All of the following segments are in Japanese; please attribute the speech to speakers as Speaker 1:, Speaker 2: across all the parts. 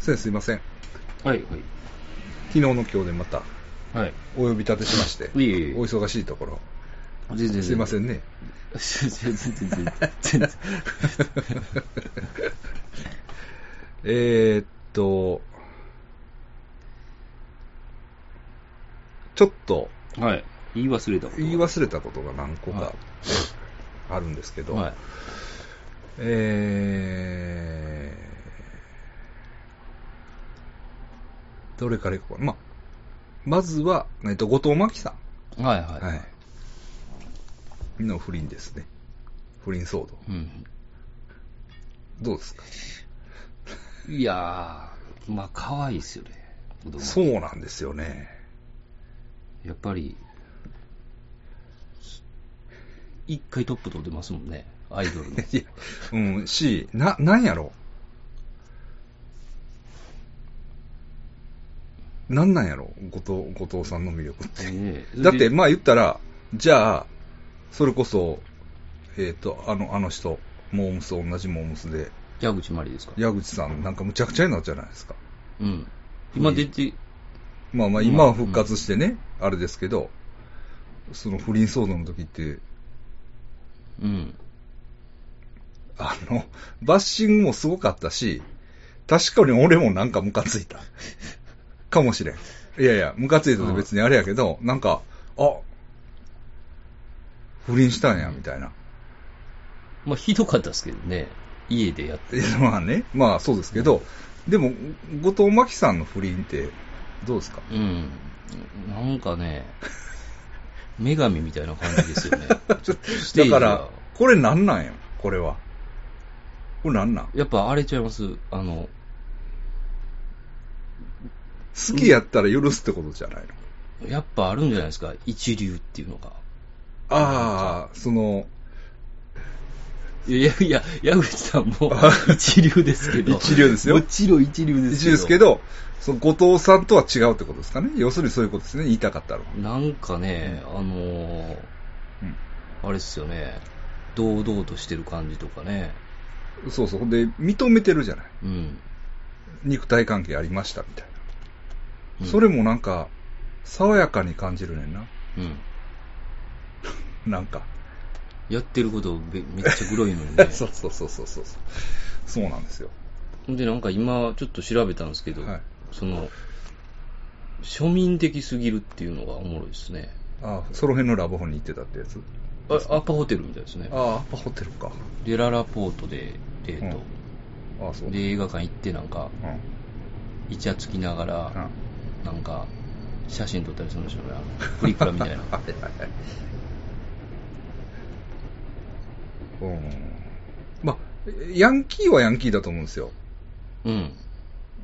Speaker 1: 先生すいません。
Speaker 2: はい、
Speaker 1: 昨日の今日でまた
Speaker 2: はい。はい。
Speaker 1: お呼び立てしまして、
Speaker 2: いえいえ
Speaker 1: お忙しいところ、
Speaker 2: 全然全然。
Speaker 1: すい ませんね。
Speaker 2: 全然全然全然。
Speaker 1: えーっと、ちょっと
Speaker 2: はい。言い忘れたこと。
Speaker 1: 言い忘れたことが何個
Speaker 2: は
Speaker 1: か
Speaker 2: い
Speaker 1: あるんですけど、
Speaker 2: はい。
Speaker 1: えー、どれからいこうかな。まあ、まずは、えっと、後藤真希さん。
Speaker 2: はいはい。
Speaker 1: はい。の不倫ですね。不倫騒動。
Speaker 2: うん。
Speaker 1: どうですか
Speaker 2: いやー、まあ、可愛いですよね。子供
Speaker 1: そうなんですよね。
Speaker 2: やっぱり、一回トップ取ってますもんね。アイドル の。
Speaker 1: いや、うん、し、な、なんやろなんなんやろ後藤、後藤さんの魅力って。
Speaker 2: ねえ
Speaker 1: だって、
Speaker 2: で
Speaker 1: まあ言ったら、じゃあ、それこそ、えっ、と、あの、あの人、モームス、同じモームスで、
Speaker 2: 矢口まりですか。
Speaker 1: 矢口さんなんかむちゃくちゃになっちゃうじゃないですか。
Speaker 2: うん。今出て、
Speaker 1: まあまあ、
Speaker 2: まあ
Speaker 1: 今は復活してね、あれですけど、その不倫騒動の時って、
Speaker 2: うん。
Speaker 1: あの、バッシングもすごかったし、確かに俺もなんかムカついた。かもしれん。いやいや、ムカついたって別にあれやけど、なんか、あ、不倫したんや、みたいな。
Speaker 2: まあ、ひどかったですけどね。家でやっ
Speaker 1: いやまあね、まあそうですけど、でも、後藤真希さんの不倫って、どうですか
Speaker 2: うん。なんかね、女神みたいな感じです よね。ステー
Speaker 1: だ
Speaker 2: ジ
Speaker 1: か
Speaker 2: が
Speaker 1: ら、これなんなんや、これは。これなんなん
Speaker 2: やっぱあれちゃいますあの、
Speaker 1: 好きやったら許すってことじゃないの、
Speaker 2: やっぱあるんじゃないですか一流っていうのが。
Speaker 1: ああ、その、
Speaker 2: いや、いや、矢口さん も一流ですけど。
Speaker 1: 一流ですよ
Speaker 2: もちろん一流ですけ
Speaker 1: 一
Speaker 2: ど。
Speaker 1: ですけど、その後藤さんとは違うってことですかね。要するにそういうことですね、言いたかったのは。
Speaker 2: なんかね、あのー
Speaker 1: うん
Speaker 2: あれですよね、堂々としてる感じとかね。
Speaker 1: そうそう。ほんで、認めてるじゃない。
Speaker 2: うん。
Speaker 1: 肉体関係ありました、みたいな。
Speaker 2: うん
Speaker 1: それもなんか、爽やかに感じるねんな。
Speaker 2: うん。
Speaker 1: なんか。
Speaker 2: やってることめめっちゃグロいのにね。
Speaker 1: そうそうそうそうそう。そうなんですよ。
Speaker 2: で、なんか今、ちょっと調べたんですけど、
Speaker 1: はい
Speaker 2: その、庶民的すぎるっていうのがおもろいですね。
Speaker 1: ああ、その辺のラブホに行ってたってやつ。
Speaker 2: あアパホテルみたいですね
Speaker 1: あ。あ、アッパホテルか。
Speaker 2: で、ララポートでデート。
Speaker 1: ああ、そう。
Speaker 2: で、映画館行ってなんか、
Speaker 1: うん。
Speaker 2: イチャつきなが
Speaker 1: うん
Speaker 2: ら、なんか、写真撮ったりするんでしょうね。あのプリクラみたいな。
Speaker 1: はいはいはい。うん。まあ、ヤンキーはヤンキーだと思うんですよ。
Speaker 2: うん。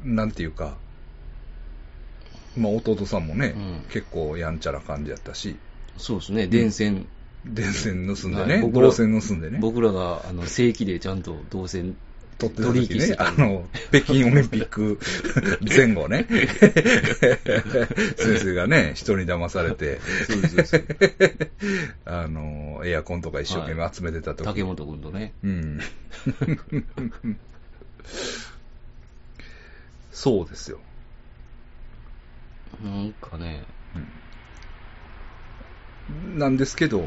Speaker 1: なんていうか。まあ、弟さんもね、
Speaker 2: うん
Speaker 1: 結構やんちゃな感じやったし、
Speaker 2: そうですね、電線。
Speaker 1: 電線盗んで
Speaker 2: はい
Speaker 1: ね、
Speaker 2: 僕ら
Speaker 1: 銅線盗んでね、
Speaker 2: 僕らが、あの、正規でちゃんと動線、
Speaker 1: 取ってた
Speaker 2: 取引
Speaker 1: 時
Speaker 2: して
Speaker 1: ね、
Speaker 2: た
Speaker 1: あの、北京オリンピック前後 ね、先生がね、人に騙されて、
Speaker 2: そうです そうです。
Speaker 1: あの、エアコンとか一生懸命集めてた時
Speaker 2: 竹本君とね。
Speaker 1: うん。そうですよ。
Speaker 2: なんかね、
Speaker 1: なんですけど、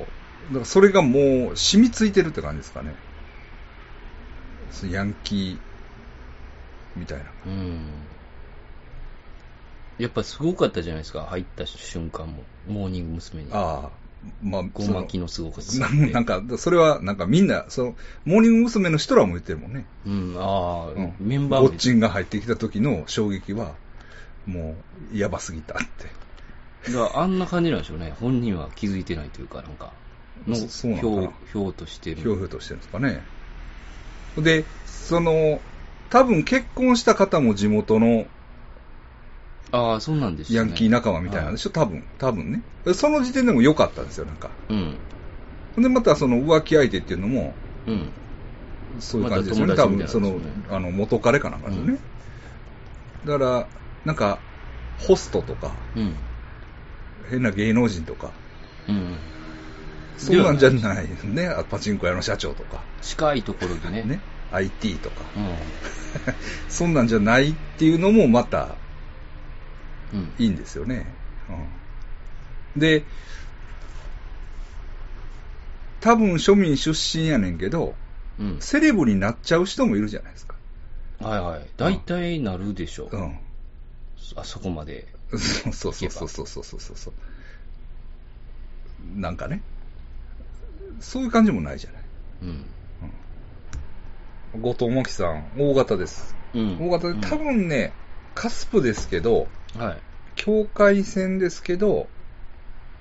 Speaker 1: だからそれがもう染みついてるって感じですかね。そのヤンキーみたいな。
Speaker 2: うん。やっぱすごかったじゃないですか、入った瞬間も。モーニング娘。に。
Speaker 1: ああ、まあ、
Speaker 2: ごまきのすごかっ
Speaker 1: そ
Speaker 2: た
Speaker 1: のななんか、それは、なんかみんな、その、モーニング娘。の人らも言ってるもんね。
Speaker 2: うん、ああ、
Speaker 1: うん
Speaker 2: メンバー
Speaker 1: ゴ
Speaker 2: も
Speaker 1: ッチンが入ってきた時の衝撃は、もう、やばすぎたって。
Speaker 2: だからあんな感じなんでしょうね。本人は気づいてないというか、なんか、の、
Speaker 1: そそうな
Speaker 2: ひ
Speaker 1: のかな
Speaker 2: ょう、ひょうとして
Speaker 1: ひょうひょ
Speaker 2: る。
Speaker 1: うとしてるんですかね。で、その、多分結婚した方も地元の
Speaker 2: ああ、そうなんです
Speaker 1: ヤ
Speaker 2: よ
Speaker 1: ンキー仲間みたいなんでしょ、多分、多分ね。その時点でも良かったんですよ、なんか。
Speaker 2: うん。
Speaker 1: ほんで、またその浮気相手っていうのも、
Speaker 2: うん。
Speaker 1: そういう感じですよね。
Speaker 2: また
Speaker 1: 多
Speaker 2: 友
Speaker 1: 分、
Speaker 2: 達
Speaker 1: そ
Speaker 2: みた
Speaker 1: の
Speaker 2: いなんですよね、
Speaker 1: あの、元彼かなんかですよね。だから、なんか、ホストとか、
Speaker 2: うん。
Speaker 1: 変な芸能人とか、
Speaker 2: うん。
Speaker 1: そうなんじゃないね。あパチンコ屋の社長とか。
Speaker 2: 近いところでね。
Speaker 1: ね。 IT とか、
Speaker 2: う
Speaker 1: そんなんじゃないっていうのもまた
Speaker 2: ん。うん。
Speaker 1: いいんですよね。うん、で、多分庶民出身やねんけど、
Speaker 2: うん。
Speaker 1: セレブになっちゃう人もいるじゃないですか。
Speaker 2: はいはい。大体なるでしょう。
Speaker 1: うん。
Speaker 2: あそこまで。
Speaker 1: そうそうそうそうそうそうそうそう。なんかね、そういう感じもないじゃない。
Speaker 2: うん。
Speaker 1: 後藤真希さん、大型です。
Speaker 2: うん。
Speaker 1: 大型で、多分ね、カスプですけど、
Speaker 2: うん。はい。
Speaker 1: 境界線ですけど、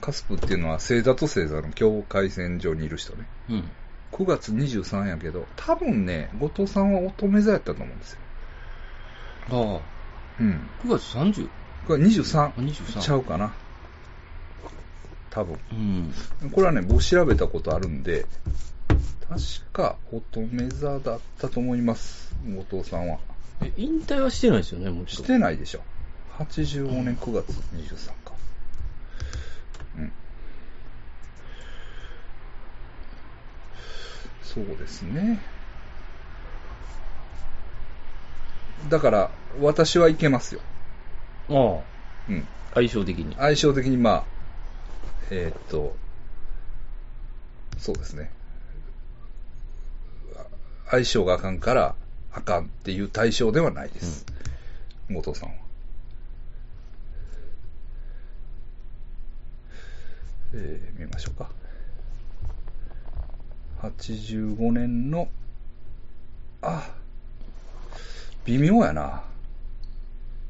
Speaker 1: カスプっていうのは星座と星座の境界線上にいる人ね。
Speaker 2: うん。
Speaker 1: 9月23やけど、多分ね、後藤さんは乙女座やったと思うんですよ。
Speaker 2: あ
Speaker 1: うん。
Speaker 2: あ、9月 30?
Speaker 1: これ23
Speaker 2: あ、。23。
Speaker 1: ちゃうかな。多分。
Speaker 2: うん。
Speaker 1: これはね、僕調べたことあるんで、確か乙女座だったと思います、後藤さんは。
Speaker 2: え、引退はしてないですよね、もち
Speaker 1: し
Speaker 2: ろん。
Speaker 1: てないでしょ。85年9月23か。うん。そうですね。だから、私はいけますよ。
Speaker 2: あ
Speaker 1: うん。
Speaker 2: あ、相性的に。
Speaker 1: 相性的にまあ、えーっと、そうですね。あ相性があかんから、あかんっていう対象ではないです。後藤さんは。えー見ましょうか。85年の、あ、微妙やな。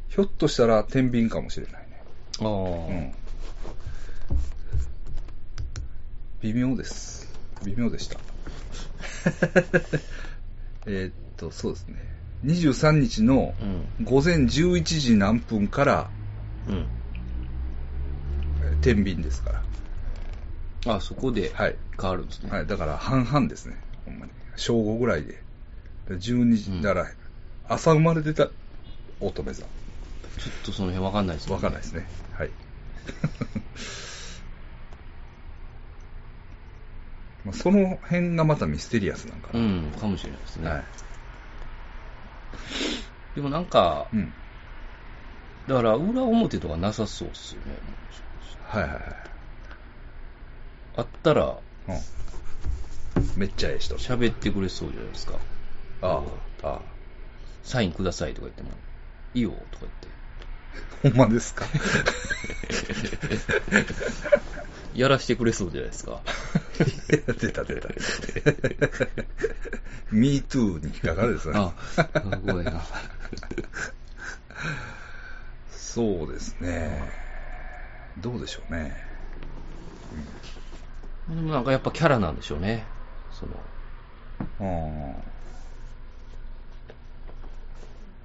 Speaker 1: ひょっとしたら天秤かもしれないね。
Speaker 2: ああ、
Speaker 1: うん微妙です。微妙でした。 えーっと、そうですね。23日の
Speaker 2: うん。
Speaker 1: 午前11時何分から
Speaker 2: うん。
Speaker 1: えー天秤ですから。
Speaker 2: あそこで
Speaker 1: はい。
Speaker 2: 変わるんですね。
Speaker 1: はい。だから半々ですね。ほんまに。正午ぐらいで。で12時、
Speaker 2: うん
Speaker 1: だから朝生まれてた乙女座。
Speaker 2: ちょっとその辺わかんないですね。
Speaker 1: わかんないですね。はい。 まあその辺がまたミステリアスなんかな。
Speaker 2: うん、かもしれないですね。
Speaker 1: はい。
Speaker 2: でもなんか、
Speaker 1: うん。
Speaker 2: だから裏表とかなさそうっすよね。
Speaker 1: はいはい
Speaker 2: あったら
Speaker 1: はい。うん。めっちゃええ人。
Speaker 2: 喋ってくれそうじゃないですか。
Speaker 1: ああ。ああ。
Speaker 2: サインくださいとか言っても、いいよとか言って。
Speaker 1: ほんまですか。
Speaker 2: やらしてくれそうじゃないですか。
Speaker 1: 出た出 た。me too に引っかかるですね。
Speaker 2: あ、 怖いな。
Speaker 1: そうですね。どうでしょうね。
Speaker 2: でもなんかやっぱキャラなんでしょうね。その、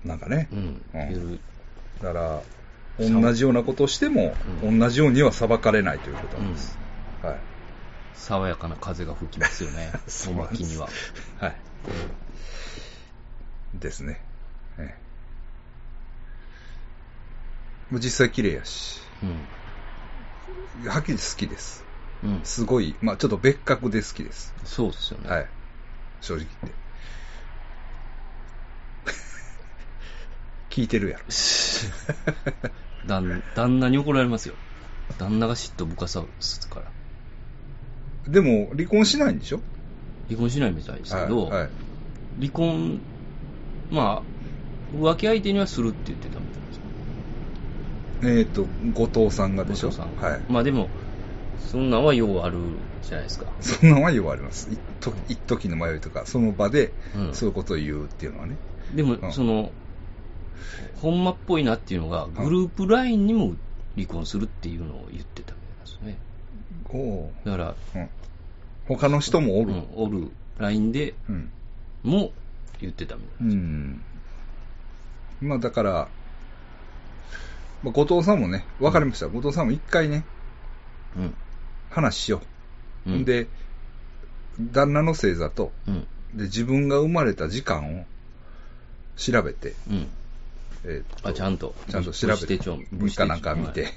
Speaker 1: うん。なんかね。
Speaker 2: うん。
Speaker 1: うん
Speaker 2: ゆる
Speaker 1: だから、同じようなことをしても、
Speaker 2: うん
Speaker 1: 同じようには裁かれないということなんです。はい。。
Speaker 2: 爽やかな風が吹きますよね
Speaker 1: そう
Speaker 2: お
Speaker 1: なん
Speaker 2: ま
Speaker 1: です
Speaker 2: きには。
Speaker 1: はい。ですね。ええもう実際綺麗やし、
Speaker 2: うん。
Speaker 1: はっきり好きです。
Speaker 2: うん。
Speaker 1: すごい、まあちょっと別格で好きです。
Speaker 2: そうですよね。
Speaker 1: はい。正直言って。聞いてるやろ。
Speaker 2: 旦旦那に怒られますよ。旦那が嫉妬ぶかさすから。
Speaker 1: でも、離婚しないんでしょ
Speaker 2: 離婚しないみたいですけど、
Speaker 1: はい。はい
Speaker 2: 離婚、まあ、浮気相手にはするって言ってたみたいですね。
Speaker 1: えっ、と、後藤さんがでしょ
Speaker 2: 後藤さん
Speaker 1: はい。
Speaker 2: まあでも、そんなんはようあるじゃないですか。
Speaker 1: そんな迷いはあります。一時一時の迷いとか、その場で
Speaker 2: うん。
Speaker 1: そういうことを言うっていうのはね。
Speaker 2: でも、
Speaker 1: うん
Speaker 2: その、ほんまっぽいなっていうのが、グループラインにも離婚するっていうのを言ってたみたいですね。
Speaker 1: おお
Speaker 2: だから、
Speaker 1: う、うん。他の人もお
Speaker 2: う
Speaker 1: る。
Speaker 2: ん、おるラインで
Speaker 1: うん。
Speaker 2: も言ってたみたいな。
Speaker 1: うん。まあだから、まあ、後藤さんもね、わかりました。後藤さんも一回ね、
Speaker 2: うん。
Speaker 1: 話しよう。
Speaker 2: うん、、
Speaker 1: で、旦那の星座と、
Speaker 2: うん。
Speaker 1: で、自分が生まれた時間を調べて、
Speaker 2: うん。
Speaker 1: えーと
Speaker 2: あ、ちゃんと。
Speaker 1: ちゃんと調べ
Speaker 2: 母子手
Speaker 1: て、
Speaker 2: 帳
Speaker 1: 日かなんか見て、
Speaker 2: はい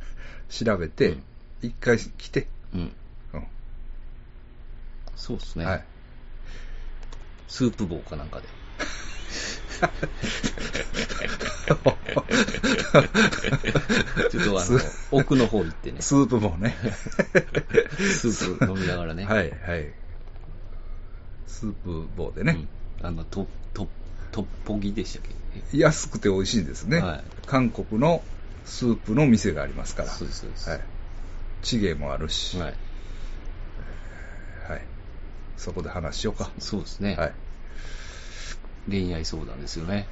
Speaker 1: 調べ
Speaker 2: う
Speaker 1: て
Speaker 2: ん、
Speaker 1: 一回来て、
Speaker 2: うん。
Speaker 1: うん
Speaker 2: そうですね。
Speaker 1: はい。
Speaker 2: スープ棒かなん かで。ちょっとあの
Speaker 1: ス、
Speaker 2: 奥の方行ってね、ス
Speaker 1: スープもね。
Speaker 2: ープ飲みながらね。
Speaker 1: はい、はい。スープ棒で
Speaker 2: う
Speaker 1: ね
Speaker 2: ん。。あの、と、と、とっぽぎでしたっけ
Speaker 1: 安くて美味しいんですね。
Speaker 2: はい
Speaker 1: 韓国のスープの店がありますから。
Speaker 2: そうです、そうです。
Speaker 1: はい。チゲもあるし。
Speaker 2: はい。
Speaker 1: はい。そこで話しようか。
Speaker 2: そうですね。
Speaker 1: はい。
Speaker 2: 恋愛相談ですよね。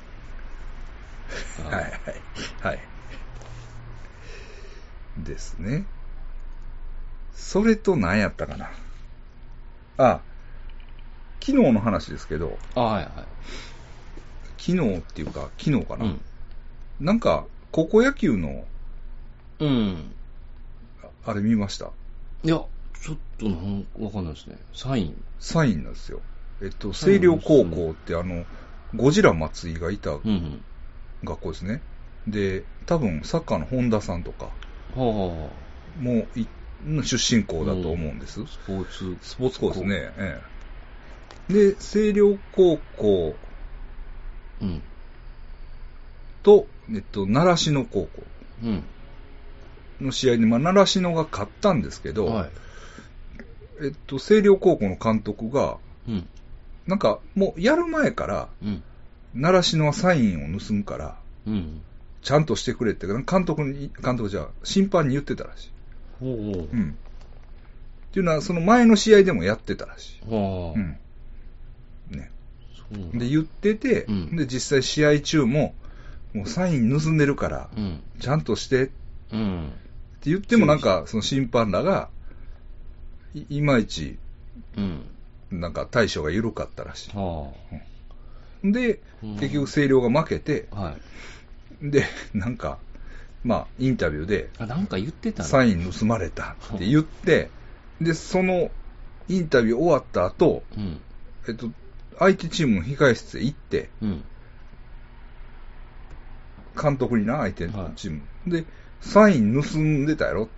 Speaker 1: はいはい。はい。ですね。それと何やったかな。あ、昨日の話ですけど、
Speaker 2: あ、はいは
Speaker 1: 昨日っていうか、昨日か
Speaker 2: い。う
Speaker 1: な。
Speaker 2: ん。
Speaker 1: なんか、高校野球の、
Speaker 2: うん。
Speaker 1: ああれ見ました。
Speaker 2: いや、ちょっとなんわかんないですね。サイン。
Speaker 1: サインなんですよ。えっと、
Speaker 2: サイ
Speaker 1: 星
Speaker 2: ンな
Speaker 1: 稜
Speaker 2: んですね
Speaker 1: 高校ってあの、ゴジラ松井がいた
Speaker 2: うん、うん。
Speaker 1: 学校ですね。で、多分サッカーの本田さんとか
Speaker 2: はあはあ。
Speaker 1: もいの出身校だと思うんです。
Speaker 2: スポーツ。
Speaker 1: スポーツ校ですね。ええ、で、星稜高校
Speaker 2: うん。
Speaker 1: と、えっと、習志野高校
Speaker 2: うん。
Speaker 1: の試合に、まあ、習志野が勝ったんですけど、
Speaker 2: はい。
Speaker 1: えっと、星稜高校の監督が、
Speaker 2: うん。
Speaker 1: なんか、もうやる前から、
Speaker 2: うん。
Speaker 1: 習志野はサインを盗むから、
Speaker 2: うん。
Speaker 1: ちゃんとしてくれって、監督に、監督じゃあ審判に言ってたらしい。
Speaker 2: ほう
Speaker 1: うん。っていうのは、その前の試合でもやってたらしい。
Speaker 2: ほう。はあ。
Speaker 1: う。ん。ね。
Speaker 2: そうなんだ
Speaker 1: で、言ってて、
Speaker 2: うん
Speaker 1: で、実際試合中も、もうサイン盗んでるから、
Speaker 2: うん。
Speaker 1: ちゃんとしてって
Speaker 2: うん。
Speaker 1: 言ってもなんか、その審判らが、いいまいち、
Speaker 2: うん。
Speaker 1: なんか対処が緩かったらし。
Speaker 2: はい
Speaker 1: で、
Speaker 2: あ。
Speaker 1: 結局、星稜が負けて、
Speaker 2: はい。
Speaker 1: で、 なんか、まあ、インタビューで、
Speaker 2: あ、なんか言ってたね
Speaker 1: サイン盗まれたって言って、で、そのインタビュー終わった後、
Speaker 2: うん。
Speaker 1: えっと、相手チームの控え室へ行って、
Speaker 2: うん。
Speaker 1: 監督にな、相手のチーム。で、サイン盗んでたやろ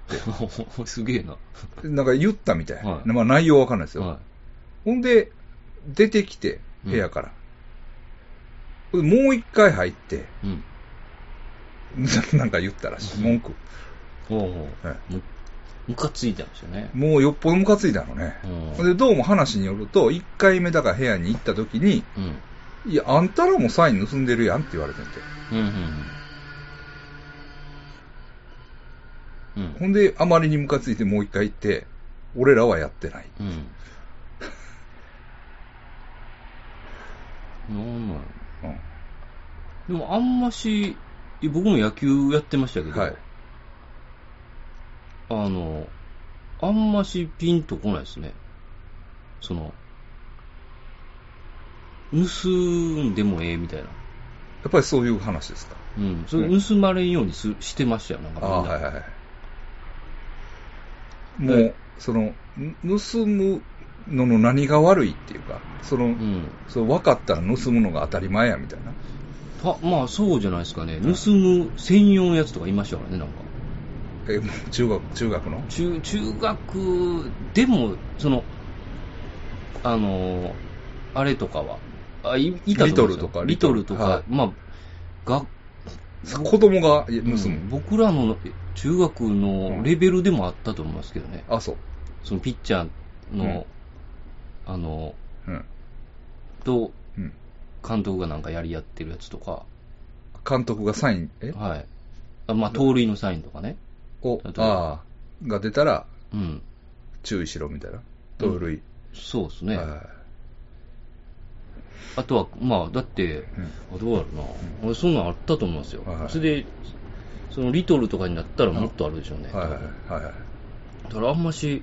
Speaker 2: すげえな。
Speaker 1: ってなんか言ったみたい。
Speaker 2: はい
Speaker 1: まあ内容わかんないですよ。
Speaker 2: は
Speaker 1: ほんで、出てきて、部屋から。ほんでもう一回入って、
Speaker 2: い。うん。
Speaker 1: ななんか言ったらしい。文句。
Speaker 2: ほうほう。
Speaker 1: はい
Speaker 2: む、むかついたんですよね。
Speaker 1: もうよっぽどムカついたのね。
Speaker 2: うん
Speaker 1: ほんで、どうも話によると、一回目だから部屋に行った時に、
Speaker 2: うん。
Speaker 1: いや、あんたらもサイン盗んでるやんって言われてんて。
Speaker 2: うん。うん。う
Speaker 1: ほ
Speaker 2: ん。
Speaker 1: んで、あまりにムカついてもう一回行って、俺らはやってない。
Speaker 2: うん。なんなん
Speaker 1: う
Speaker 2: でもあんまし、いや僕も野球やってましたけ
Speaker 1: ん。
Speaker 2: ど、
Speaker 1: はい。
Speaker 2: あの、あんましピンとこないですね。その、盗んでもええみたいな。
Speaker 1: やっぱりそういう話ですか。
Speaker 2: うん。それ盗まれんようにすしてましたよ、なんか
Speaker 1: あ
Speaker 2: みん
Speaker 1: あ、
Speaker 2: な。
Speaker 1: はいはいはい。も
Speaker 2: え
Speaker 1: う、その、ぬ盗むのの何が悪いっていうか、その、
Speaker 2: うん。
Speaker 1: そう分かったら盗むのが当たり前やみたいな。
Speaker 2: たまあそうじゃないですかね。盗む専用のやつとかいましたからね、なんか。
Speaker 1: え、もう中学、中学の
Speaker 2: 中、中学でも、その、あの、あれとかは、あ、いいたと思うん
Speaker 1: リトル
Speaker 2: ですよ
Speaker 1: とか
Speaker 2: リトルとか、
Speaker 1: はい
Speaker 2: まあ、が、
Speaker 1: 子供がいや
Speaker 2: う
Speaker 1: 盗む。
Speaker 2: ん僕らのえ中学のレベルでもあったと思いますけどね。
Speaker 1: あ、そう。
Speaker 2: そのピッチャーの、あの、
Speaker 1: うん。
Speaker 2: と、
Speaker 1: うん。
Speaker 2: 監督がなんかやり合ってるやつとか、
Speaker 1: 監督がサイン、え
Speaker 2: はい。あまあ、盗塁のサインとかね。
Speaker 1: を
Speaker 2: 例え、ば
Speaker 1: ああ、が出たら
Speaker 2: うん。
Speaker 1: 注意しろみたいな。盗塁。
Speaker 2: そうですね。
Speaker 1: はい
Speaker 2: あとは、まあ、だって、あどうやろな、俺、そんなんあったと思いますよ、
Speaker 1: はいはい
Speaker 2: それで、そのリトルとかになったらもっとあるでしょうね、
Speaker 1: はい
Speaker 2: 多
Speaker 1: は
Speaker 2: 分
Speaker 1: いはいはい。
Speaker 2: だからあんまし、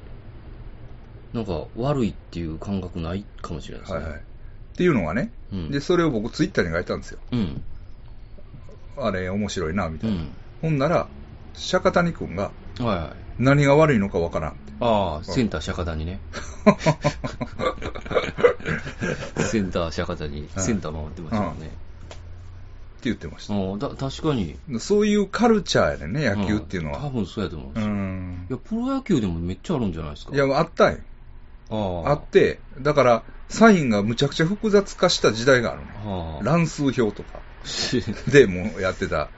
Speaker 2: なんか悪いっていう感覚ないかもしれないです
Speaker 1: は
Speaker 2: ね。
Speaker 1: いはい。っていうのがね、
Speaker 2: うん、
Speaker 1: で、それを僕ツイッターに書いたんですよ。
Speaker 2: うん、
Speaker 1: あれ面白いな、みた
Speaker 2: う
Speaker 1: いな。
Speaker 2: ん、
Speaker 1: ほんなら、釈迦谷君が
Speaker 2: はいはい、
Speaker 1: 何が悪いのかわからん。
Speaker 2: ああ、センター釈迦 谷ね、センター釈迦谷、
Speaker 1: い
Speaker 2: センター回ってましたもんね、
Speaker 1: って言ってました。
Speaker 2: ああだ確かに、
Speaker 1: そういうカルチャーやねんね、野球っていうの
Speaker 2: ん多
Speaker 1: は。
Speaker 2: 分そうやと思うんで
Speaker 1: う
Speaker 2: すよ、
Speaker 1: ん
Speaker 2: い。や、プロ野球でもめっちゃあるんじゃないですか、
Speaker 1: いや、あったんよ。
Speaker 2: あ
Speaker 1: あって、だから、サインがむちゃくちゃ複雑化した時代があるね。
Speaker 2: ああ。
Speaker 1: 乱数表とか でもうやってた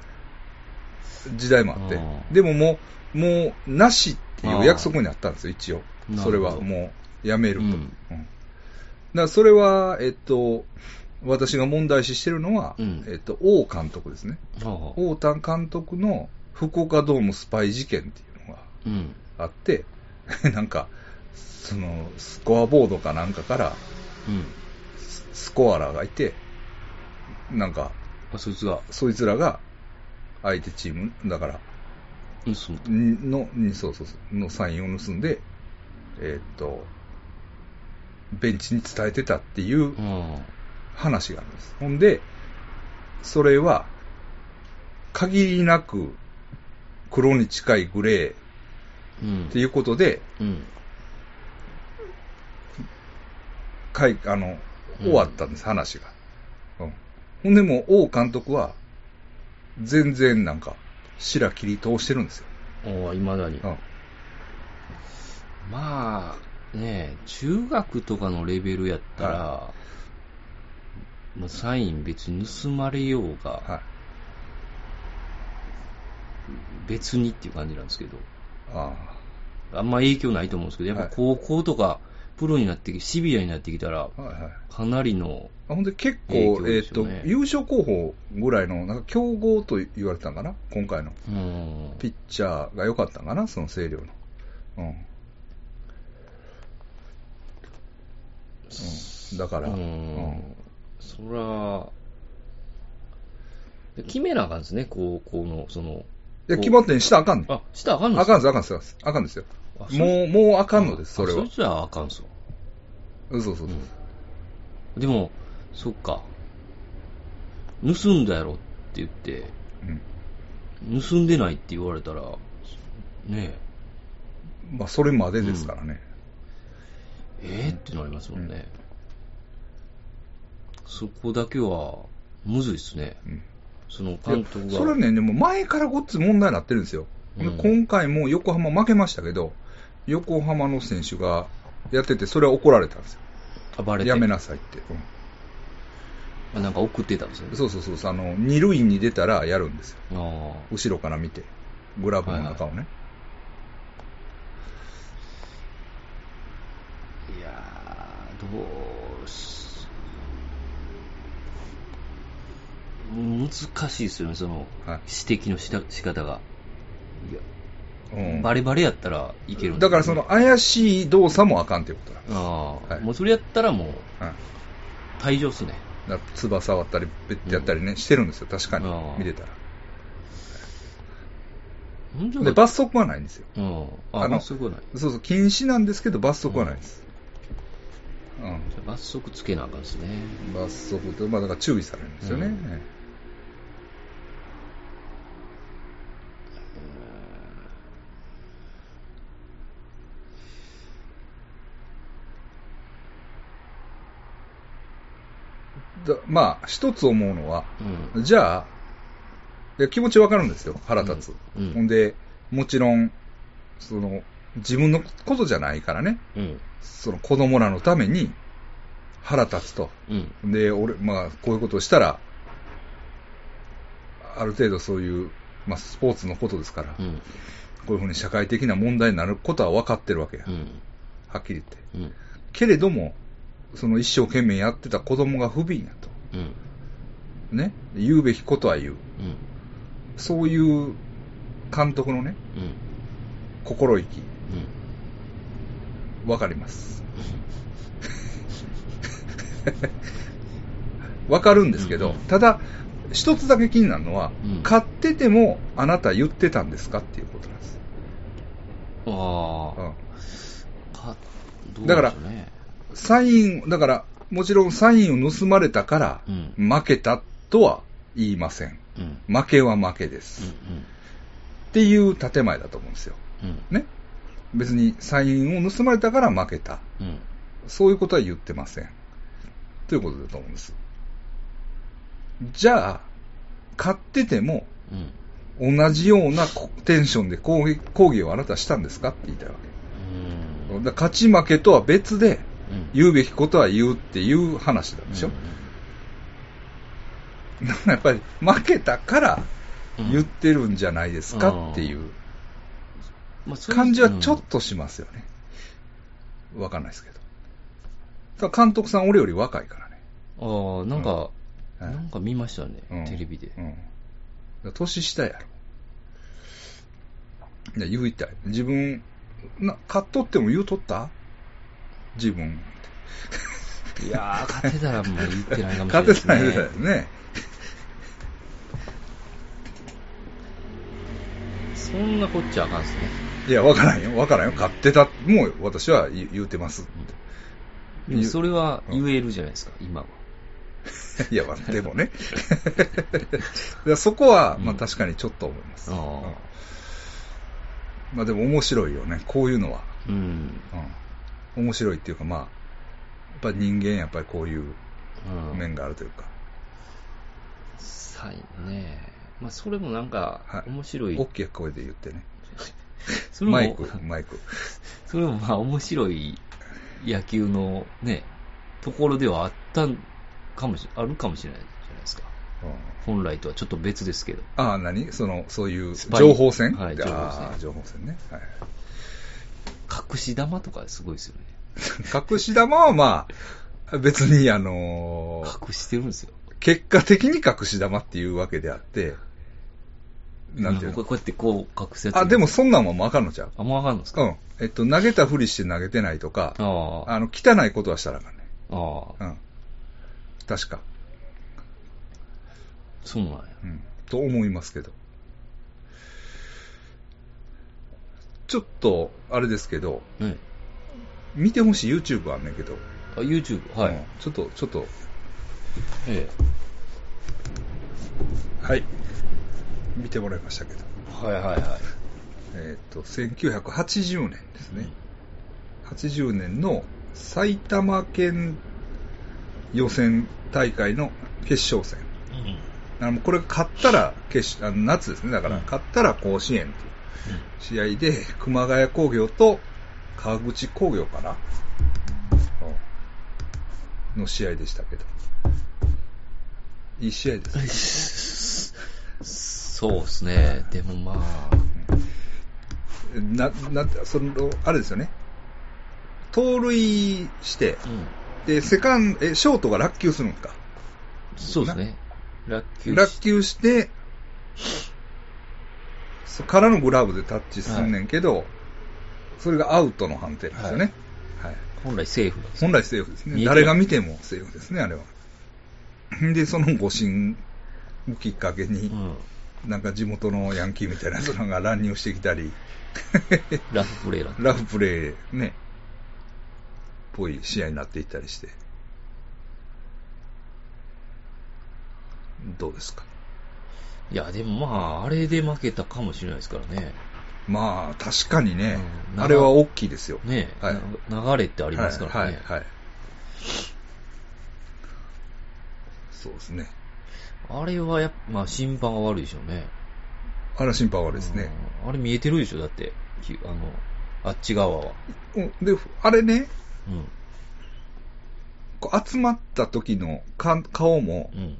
Speaker 1: 時代もあって
Speaker 2: あ。ー
Speaker 1: でももう、もう、なしっていう約束になったんですよ、一応
Speaker 2: なるほ。ど
Speaker 1: それはもう、やめると。
Speaker 2: うん
Speaker 1: うんだからそれは、えっと、私が問題視してるのは、
Speaker 2: うん
Speaker 1: えっと、王監督ですね。
Speaker 2: ああ
Speaker 1: 王丹監督の福岡ドームスパイ事件っていうのが
Speaker 2: うん。
Speaker 1: あって、 なんか、その、スコアボードかなんかから、
Speaker 2: うん。
Speaker 1: ススコアラーがいて、なんか、
Speaker 2: あ、そいつが、
Speaker 1: そいつらが、相手チーム、だから、
Speaker 2: うん、その、
Speaker 1: んの、んそうそうそう、のサインを盗んで、えーっと、ベンチに伝えてたっていう
Speaker 2: あ
Speaker 1: 話があるんです。ほんで、それは、限りなく黒に近いグレ
Speaker 2: あ。うん。
Speaker 1: ーっていうことで、
Speaker 2: うん。
Speaker 1: かいあの
Speaker 2: うん
Speaker 1: 終わったんです、話が。うん、ほんでもう王監督は、全然なんか、白切り通してるんですよ。
Speaker 2: おいまだに。
Speaker 1: うん
Speaker 2: まあ、ねえ、中学とかのレベルやったら、まあ、サイン別に盗まれようが、
Speaker 1: はい
Speaker 2: 別にっていう感じなんですけど、
Speaker 1: あ
Speaker 2: あんま影響ないと思うんですけど、やっ
Speaker 1: はい
Speaker 2: ぱ高校とか、プロになってきて、シビアになってきたら
Speaker 1: あ、はいはい、
Speaker 2: かなりの、
Speaker 1: あほんで結構、
Speaker 2: 影響
Speaker 1: え
Speaker 2: で
Speaker 1: ーっ
Speaker 2: しょ
Speaker 1: と
Speaker 2: うね
Speaker 1: 優勝候補ぐらいの、なんか強豪と言われてたんかな、今回の。
Speaker 2: うん、
Speaker 1: ピッチャーが良かったんかな、その星稜の。うんうん、だから、
Speaker 2: う
Speaker 1: うん
Speaker 2: ん、そら、で決めなあかんですね、高校の、その、
Speaker 1: いや決まってんしたらあかんねん
Speaker 2: あ、したらあかんの
Speaker 1: あかんです、あかんです、あかんですよ。
Speaker 2: あそ
Speaker 1: もう、もうあかんのです、それ
Speaker 2: あ
Speaker 1: は
Speaker 2: そい。つらあかんすわ。
Speaker 1: そうそうそう。
Speaker 2: でも、そっか。盗んだやろって言って、
Speaker 1: うん
Speaker 2: 盗んでないって言われたら、ね
Speaker 1: まあ、それまでですからね。
Speaker 2: え、えー、ってなりますもんね。そこだけは、むずいっすね。
Speaker 1: うん
Speaker 2: その監督
Speaker 1: い
Speaker 2: が。
Speaker 1: やそれはね、でも前からごっつ問題になってるんですよ。で
Speaker 2: うん
Speaker 1: 今回も横浜負けましたけど、横浜の選手がやってて、それは怒られたんですよ。
Speaker 2: 暴れて。
Speaker 1: やめなさいって。うん
Speaker 2: あなんか送ってたんですよね。
Speaker 1: そうそうそうそう、あの、二塁に出たらやるんですよ。
Speaker 2: ああ
Speaker 1: 後ろから見て。グラブの中をね。
Speaker 2: いやー、どうし、難しいですよね、その、
Speaker 1: はい
Speaker 2: 指摘のしだ仕方が。
Speaker 1: うん
Speaker 2: バレバレやったらいけるん
Speaker 1: だ
Speaker 2: です
Speaker 1: か
Speaker 2: よ
Speaker 1: ら
Speaker 2: ね
Speaker 1: その、怪しい動作もあかんってことだ。
Speaker 2: ああ、
Speaker 1: はい
Speaker 2: もうそれやったらもう、
Speaker 1: はい
Speaker 2: 退場っすね。
Speaker 1: だから翼触ったり、ペッてやったりね、してるんですよ、確かに
Speaker 2: あ。ー
Speaker 1: 見てたら。
Speaker 2: んじゃ
Speaker 1: で、罰則はないんですよ。
Speaker 2: うん。
Speaker 1: あ
Speaker 2: あ、
Speaker 1: の
Speaker 2: 罰則はない。
Speaker 1: そうそう、禁止なんですけど、罰則はないです。うん。
Speaker 2: じゃあ罰則つけなあかんですね。
Speaker 1: 罰則と、まあ、だから注意されるんですよね。
Speaker 2: うん
Speaker 1: ええだまあ、一つ思うのは、
Speaker 2: うん。
Speaker 1: じゃあ、いや気持ちわかるんですよ、腹立つ。
Speaker 2: うんうん
Speaker 1: ほんで、もちろん、その、自分のことじゃないからね、
Speaker 2: うん。
Speaker 1: その子供らのために腹立つと。
Speaker 2: うん。
Speaker 1: で、俺、まあ、こういうことをしたら、ある程度そういう、まあ、スポーツのことですから、
Speaker 2: う
Speaker 1: こう
Speaker 2: ん。
Speaker 1: いうふうに社会的な問題になることは分かってるわけや。
Speaker 2: うん。
Speaker 1: はっきり言って。
Speaker 2: うん。
Speaker 1: けれども、その一生懸命やってた子供が不憫やと。
Speaker 2: うん。
Speaker 1: ね。言うべきことは言う。
Speaker 2: うん。
Speaker 1: そういう監督のね、
Speaker 2: うん。
Speaker 1: 心意気、
Speaker 2: うん。
Speaker 1: 分かります。わかるんですけど、
Speaker 2: うん
Speaker 1: ただ、一つだけ気になるのは、
Speaker 2: うん
Speaker 1: 買っててもあなた言ってたんですかっていうことなんです。
Speaker 2: ああ、
Speaker 1: う
Speaker 2: か、どう
Speaker 1: だから
Speaker 2: でしょうね。
Speaker 1: ん、サイン、だから、もちろんサインを盗まれたから、
Speaker 2: うん
Speaker 1: 負けたとは言いません。
Speaker 2: うん。うん。
Speaker 1: 負けは負けです。っていう建前だと思うんですよ。
Speaker 2: うん。
Speaker 1: ね。別にサインを盗まれたから負けた。
Speaker 2: うん。うん。
Speaker 1: そういうことは言ってません。ということだと思うんです。じゃあ、買ってても、
Speaker 2: うん。
Speaker 1: 同じようなこテンションで抗議抗議をあなたしたんですかって言いたいわ
Speaker 2: うーん
Speaker 1: だから勝ち負けとは別で、
Speaker 2: うん
Speaker 1: 言うべきことは言うっていう話なんでしょ、だからやっぱり負けたから
Speaker 2: うん
Speaker 1: 言ってるんじゃないですかっていう
Speaker 2: まあそういう
Speaker 1: 感じはちょっとしますよね。わかんないですけど。ただ監督さん俺より若いからね。
Speaker 2: うんああ、なんか、
Speaker 1: うんはい
Speaker 2: なんか見ましたね、
Speaker 1: うん
Speaker 2: テレビで
Speaker 1: う。ん。だから年下やろ。いや、言いたい。自分、な、買っとっても言うとった自分。
Speaker 2: いやー、勝てたらもう言ってないかもしれない
Speaker 1: 勝
Speaker 2: で
Speaker 1: て
Speaker 2: す
Speaker 1: た
Speaker 2: ね。
Speaker 1: ら言うたよね。
Speaker 2: そんなこっちゃあかんっすね。
Speaker 1: いや、わからんよ。わからんよ。買ってた。もう私は言言うてます。
Speaker 2: でもそれは言えるじゃないですか、今は。
Speaker 1: いや、まあでもね。 いやそこは、まあ
Speaker 2: うん
Speaker 1: 確かにちょっと思います。
Speaker 2: あー
Speaker 1: うんまあでも面白いよね。こういうのは。
Speaker 2: うん。
Speaker 1: うん。面白いっていうか、まあ、やっぱ人間、やっぱりこういう
Speaker 2: うん。
Speaker 1: 面があるというか。
Speaker 2: さいね。まあ、それもなん
Speaker 1: は
Speaker 2: か、
Speaker 1: い
Speaker 2: 面白い。
Speaker 1: 大きい声で言ってね。
Speaker 2: それも
Speaker 1: マイク、マイク。
Speaker 2: それもまあ面白い野球のね、ところではあったんかもし、あるかもしれないじゃないですか。
Speaker 1: うん
Speaker 2: 本来とはちょっと別ですけど。
Speaker 1: ああ、何その、そういう
Speaker 2: スパイ
Speaker 1: 情報戦
Speaker 2: はい情報戦
Speaker 1: ああ、情報戦ね。はい。
Speaker 2: 隠し玉とかすごいですよね。
Speaker 1: 隠し玉はまあ、別にあのー
Speaker 2: 隠してるんですよ。
Speaker 1: 結果的に隠し玉っていうわけであって、なんていう
Speaker 2: こ
Speaker 1: の
Speaker 2: うこうやってこう隠すやつ。
Speaker 1: あ、でも、そんなんはもうあかんのちゃう
Speaker 2: あ、もうわかんないですか
Speaker 1: うん。えっと、投げたふりして投げてないとか、
Speaker 2: ああ。あ
Speaker 1: あの、汚いことはしたらあかんね。
Speaker 2: あ。
Speaker 1: うん。確か。
Speaker 2: そうなんや。
Speaker 1: うん。と思いますけど。ちょっと、あれですけど、
Speaker 2: ね。
Speaker 1: 見てほしい YouTube あんねんけど。
Speaker 2: あ、YouTube。はい。
Speaker 1: うんちょっと、ちょっと、
Speaker 2: ええ。
Speaker 1: はい。見てもらいましたけど。
Speaker 2: はいはいはい。
Speaker 1: えっ、と、1980年ですね。80年の埼玉県予選大会の決勝戦。
Speaker 2: うん。うん。
Speaker 1: あのこれ勝ったら決勝、あの夏ですね。だから、
Speaker 2: うん
Speaker 1: 勝ったら甲子園という試合で、熊谷工業と川口工業かなうんの試合でしたけど。いい試合です。
Speaker 2: そうですね。でもまあ、
Speaker 1: な、な、その、あれですよね。盗塁して、
Speaker 2: うん。
Speaker 1: で、セカンド、え、ショートが落球するんか。
Speaker 2: そうですね。ラッキー
Speaker 1: 落球して、そからのグラブでタッチすんねんけど、それがアウトの判定なんですよね。はい。
Speaker 2: 本来セーフなんですよ
Speaker 1: 本来セーフです
Speaker 2: 見
Speaker 1: ね。
Speaker 2: えてない
Speaker 1: 誰が見てもセーフですね、あれは。 で、その誤審をきっかけに、
Speaker 2: うん。
Speaker 1: なんか地元のヤンキーみたいなやつらが乱入してきたり、
Speaker 2: ラフプレーラー。
Speaker 1: ラフプレーね、っぽい試合になっていったりして。どうですか
Speaker 2: いや、でもまあ、あれで負けたかもしれないですからね。
Speaker 1: まあ、確かにね、
Speaker 2: うん
Speaker 1: あれは大きいですよ。
Speaker 2: ねえ、
Speaker 1: はい
Speaker 2: な流れってありますから
Speaker 1: は
Speaker 2: ね。
Speaker 1: い、はい、はい。そうですね。
Speaker 2: あれはやっぱ、まあ、審判が悪いでしょうね。
Speaker 1: あれは審判悪いですね。
Speaker 2: うん。あれ見えてるでしょ、だって。きあの、あっち側は。
Speaker 1: うんで、あれね、
Speaker 2: うん。
Speaker 1: こう集まった時のか顔も
Speaker 2: うん。